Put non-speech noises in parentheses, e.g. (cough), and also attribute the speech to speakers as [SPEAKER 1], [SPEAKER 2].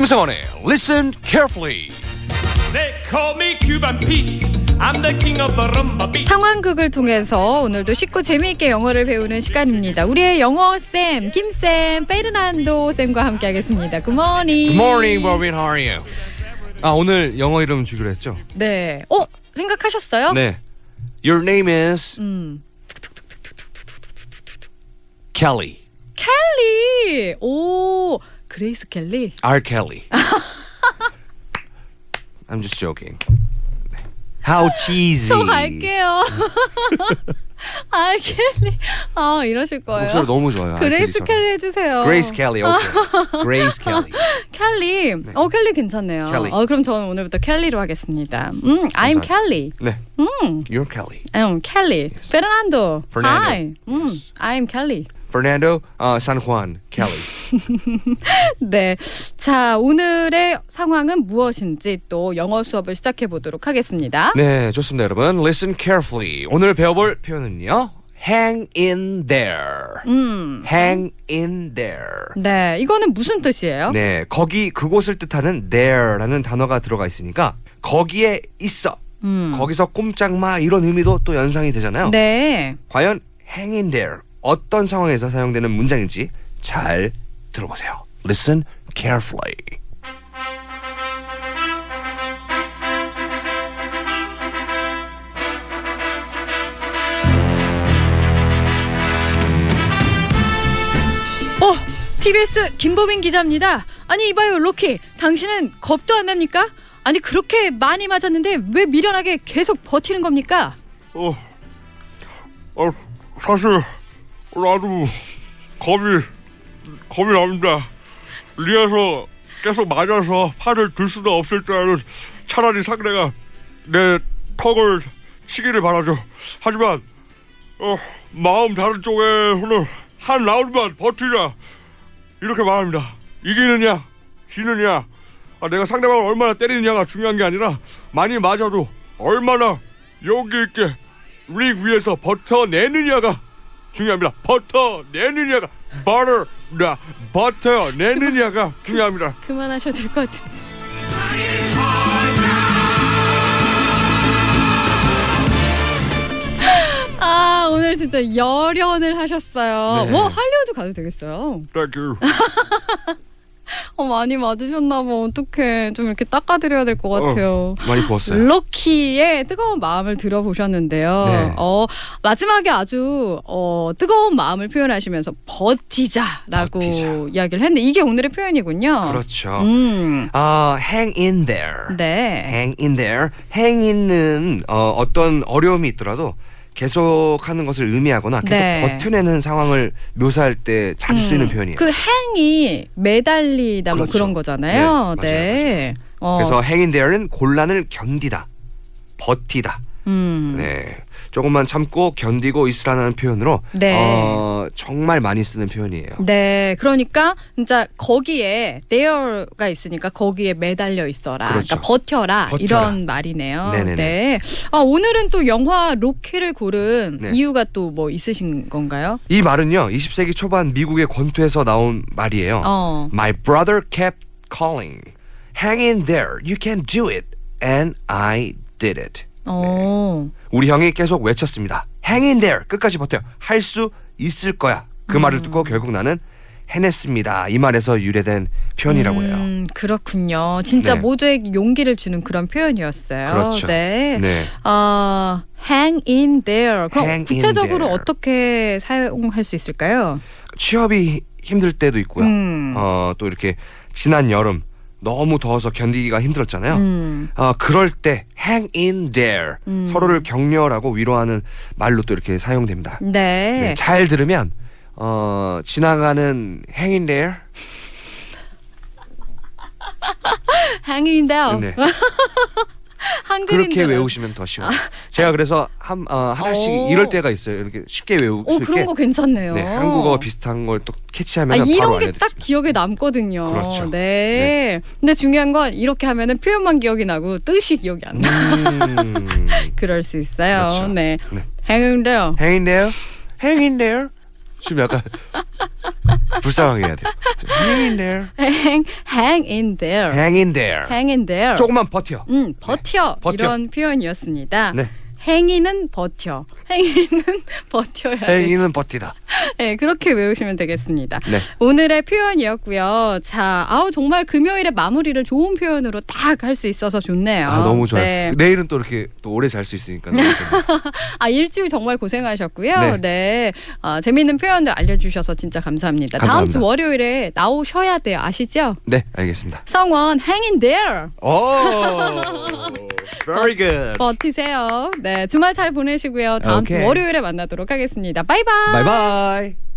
[SPEAKER 1] 심성원의 Listen Carefully.
[SPEAKER 2] They call me Cuban Pete. I'm the king of the rumba beat.
[SPEAKER 3] 상황극을 통해서 오늘도 쉽고 재미있게 영어를 배우는 시간입니다. 우리의 영어 쌤, 김 쌤, 페르난도 쌤과 함께하겠습니다. 굿모닝.
[SPEAKER 1] Good morning, 뭐. Robin. How are you? 아 오늘 영어 이름 주기로 했죠?
[SPEAKER 3] 네. 어 생각하셨어요?
[SPEAKER 1] 네. Your name is
[SPEAKER 3] 음.
[SPEAKER 1] Kelly.
[SPEAKER 3] 켈리. 오 그레이스 켈리.
[SPEAKER 1] R.
[SPEAKER 3] (laughs)
[SPEAKER 1] Kelly. I'm just joking. 네. How cheesy.
[SPEAKER 3] 저 갈게요. (laughs) 아 켈리. 아 이러실 거예요.
[SPEAKER 1] 목소리 너무 좋아요. R.
[SPEAKER 3] 그레이스
[SPEAKER 1] Kelly처럼.
[SPEAKER 3] 켈리 해주세요.
[SPEAKER 1] Grace Kelly.
[SPEAKER 3] (laughs)
[SPEAKER 1] 오케이. Grace Kelly.
[SPEAKER 3] 켈리.
[SPEAKER 1] 네.
[SPEAKER 3] 어 켈리 괜찮네요.
[SPEAKER 1] 켈리.
[SPEAKER 3] 어 그럼 저는 오늘부터 켈리로 하겠습니다. 음, I'm
[SPEAKER 1] 감사합니다.
[SPEAKER 3] 켈리.
[SPEAKER 1] 네.
[SPEAKER 3] 음.
[SPEAKER 1] You're Kelly.
[SPEAKER 3] Um, Kelly. Fernando.
[SPEAKER 1] Fernando.
[SPEAKER 3] Hi. 음, I'm Kelly. (laughs)
[SPEAKER 1] Fernando uh, San Juan Kelly.
[SPEAKER 3] 네. 자, 오늘의 상황은 무엇인지 또 영어 수업을 시작해 보도록 하겠습니다.
[SPEAKER 1] 네, 좋습니다, 여러분. Listen carefully. 오늘 배워볼 표현은요. Hang in there.
[SPEAKER 3] 음.
[SPEAKER 1] Hang in there.
[SPEAKER 3] 네. 이거는 무슨 뜻이에요?
[SPEAKER 1] 네, 거기 그곳을 뜻하는 there라는 단어가 들어가 있으니까 거기에 있어. 거기서 꼼짝 마 이런 의미도 또 연상이 되잖아요.
[SPEAKER 3] 음. 네.
[SPEAKER 1] 과연 hang in there 어떤 상황에서 사용되는 문장인지 잘 들어보세요. Listen carefully.
[SPEAKER 3] 어, TBS 김보민 기자입니다. 아니, 이봐요, 로키. 당신은 겁도 안 납니까? 아니, 그렇게 많이 맞았는데 왜 미련하게 계속 버티는 겁니까?
[SPEAKER 4] 어, 어, 사실 나도 겁이 겁이 납니다. 리에서 계속 맞아서 팔을 들 수도 없을 줄 아는 차라리 상대가 내 턱을 치기를 바라죠. 하지만 어, 마음 다른 쪽에서는 한 라운드만 버티자 이렇게 말합니다. 이기느냐, 지느냐, 아, 내가 상대방을 얼마나 때리느냐가 중요한 게 아니라 많이 맞아도 얼마나 용기 있게 링 위에서 버텨내느냐가 중요합니다. 버텨내느냐가 버터, 나 버텨내느냐가 중요합니다.
[SPEAKER 3] 그만하셔도 될 것 같은데. (laughs) 아 오늘 진짜 열연을 하셨어요.
[SPEAKER 1] 네.
[SPEAKER 3] 뭐 할리우드 가도 되겠어요.
[SPEAKER 4] Thank you.
[SPEAKER 3] 어, 많이 맞으셨나 봐. 어떡해. 좀 이렇게 닦아드려야 될 것 같아요.
[SPEAKER 1] 많이 부었어요.
[SPEAKER 3] 음. 럭키의 뜨거운 마음을 들어보셨는데요.
[SPEAKER 1] 네.
[SPEAKER 3] 어, 마지막에 아주 어, 뜨거운 마음을 표현하시면서 버티자라고
[SPEAKER 1] 버티자.
[SPEAKER 3] 이야기를 했는데 이게 오늘의 표현이군요.
[SPEAKER 1] 그렇죠.
[SPEAKER 3] 음,
[SPEAKER 1] 아, hang in there.
[SPEAKER 3] 네.
[SPEAKER 1] hang in there. hang in는 어, 어떤 어려움이 있더라도 계속하는 것을 의미하거나 계속
[SPEAKER 3] 네.
[SPEAKER 1] 버텨내는 상황을 묘사할 때 자주 쓰이는 표현이에요.
[SPEAKER 3] 그 행이 매달리다 뭐
[SPEAKER 1] 그렇죠.
[SPEAKER 3] 그런 거잖아요.
[SPEAKER 1] 네, 맞아요,
[SPEAKER 3] 어,
[SPEAKER 1] 그래서 hang in there는 곤란을 견디다, 버티다.
[SPEAKER 3] 음.
[SPEAKER 1] 네, 조금만 참고 견디고 있으라는 표현으로
[SPEAKER 3] 네.
[SPEAKER 1] 어, 정말 많이 쓰는 표현이에요.
[SPEAKER 3] 네, 그러니까 진짜 거기에 there가 있으니까 거기에 매달려 있어라.
[SPEAKER 1] 그렇죠.
[SPEAKER 3] 그러니까 버텨라,
[SPEAKER 1] 버텨라.
[SPEAKER 3] 이런 말이네요.
[SPEAKER 1] 네네네.
[SPEAKER 3] 네. 아, 오늘은 또 영화 로키를 고른
[SPEAKER 1] 네.
[SPEAKER 3] 이유가 또 뭐 있으신 건가요?
[SPEAKER 1] 이 말은요, 20세기 초반 미국의 권투에서 나온 말이에요.
[SPEAKER 3] 어.
[SPEAKER 1] My brother kept calling, "Hang in there, you can do it," and I did it.
[SPEAKER 3] 어.
[SPEAKER 1] 우리 형이 계속 외쳤습니다. Hang in there, 끝까지 버텨. 할 수 있을 거야. 그
[SPEAKER 3] 음.
[SPEAKER 1] 말을 듣고 결국 나는 해냈습니다. 이 말에서 유래된 네. 표현이라고 해요.
[SPEAKER 3] 음, 그렇군요. 진짜
[SPEAKER 1] 네.
[SPEAKER 3] 모두에게 용기를 주는 그런 표현이었어요.
[SPEAKER 1] 그렇죠.
[SPEAKER 3] 네.
[SPEAKER 1] 네.
[SPEAKER 3] 어, hang in there. 그럼
[SPEAKER 1] hang in
[SPEAKER 3] 구체적으로
[SPEAKER 1] there.
[SPEAKER 3] 어떻게 사용할 수 있을까요?
[SPEAKER 1] 취업이 힘들 때도 있고요.
[SPEAKER 3] 음.
[SPEAKER 1] 어, 또 이렇게 지난 여름 너무 더워서 견디기가 힘들었잖아요.
[SPEAKER 3] 음.
[SPEAKER 1] 아 그럴 때 hang in there 서로를 격려하고 위로하는 말로 또 이렇게 사용됩니다.
[SPEAKER 3] 네.
[SPEAKER 1] 네, 잘 들으면 어 지나가는 hang in there
[SPEAKER 3] hang in there.
[SPEAKER 1] 네,
[SPEAKER 3] (laughs) 한글인
[SPEAKER 1] 그렇게
[SPEAKER 3] 줄 알았어요.
[SPEAKER 1] 외우시면 더 쉬워요.
[SPEAKER 3] 아,
[SPEAKER 1] 제가 그래서 한 어, 하나씩
[SPEAKER 3] 오.
[SPEAKER 1] 이럴 때가 있어요. 이렇게 쉽게 외울
[SPEAKER 3] 오
[SPEAKER 1] 수 있게
[SPEAKER 3] 그런 거 괜찮네요.
[SPEAKER 1] 네, 한국어 비슷한 걸 또
[SPEAKER 3] 아,
[SPEAKER 1] 캐치하면 바로
[SPEAKER 3] 이런 게 딱
[SPEAKER 1] 알려드립니다.
[SPEAKER 3] 기억에 남거든요.
[SPEAKER 1] 그렇죠.
[SPEAKER 3] 네. 근데 중요한 건 이렇게 하면은 표현만 기억이 나고 뜻이 기억이 안 나.
[SPEAKER 1] 음,
[SPEAKER 3] (laughs) 그럴 수 있어요.
[SPEAKER 1] 그렇죠.
[SPEAKER 3] 네.
[SPEAKER 1] 네.
[SPEAKER 3] hang in there.
[SPEAKER 1] hang in there, hang in there. 지금 약간 불쌍하게 해야 돼. Hang in there.
[SPEAKER 3] hang, hang in there.
[SPEAKER 1] Hang in there.
[SPEAKER 3] hang in there.
[SPEAKER 1] 조금만 버텨.
[SPEAKER 3] 음, 버텨.
[SPEAKER 1] 네. 버텨.
[SPEAKER 3] 이런 표현이었습니다.
[SPEAKER 1] 네.
[SPEAKER 3] 행위는 버텨. 행위는 (laughs) 버텨야 돼.
[SPEAKER 1] 행이는 버티다.
[SPEAKER 3] 네, 그렇게 외우시면 되겠습니다.
[SPEAKER 1] 네.
[SPEAKER 3] 오늘의 표현이었고요. 자, 아우 정말 금요일의 마무리를 좋은 표현으로 딱 할 수 있어서 좋네요.
[SPEAKER 1] 아 너무 좋아요.
[SPEAKER 3] 네.
[SPEAKER 1] 내일은 또 이렇게 또 오래 잘 수 있으니까. 너무 좋네요.
[SPEAKER 3] 아 일주일 정말 고생하셨고요. 네.
[SPEAKER 1] 네.
[SPEAKER 3] 아, 재미있는 표현들 알려주셔서 진짜 감사합니다. 다음
[SPEAKER 1] 감사합니다.
[SPEAKER 3] 주 월요일에 나오셔야 돼요. 아시죠?
[SPEAKER 1] 네 알겠습니다.
[SPEAKER 3] 성원 hang in there. (laughs)
[SPEAKER 1] 오, (laughs) very good.
[SPEAKER 3] 버티세요. 네, 뭐 주말 잘 보내시고요. 다음 주
[SPEAKER 1] 오케이.
[SPEAKER 3] 월요일에 만나도록 하겠습니다. 바이바이.
[SPEAKER 1] Bye bye.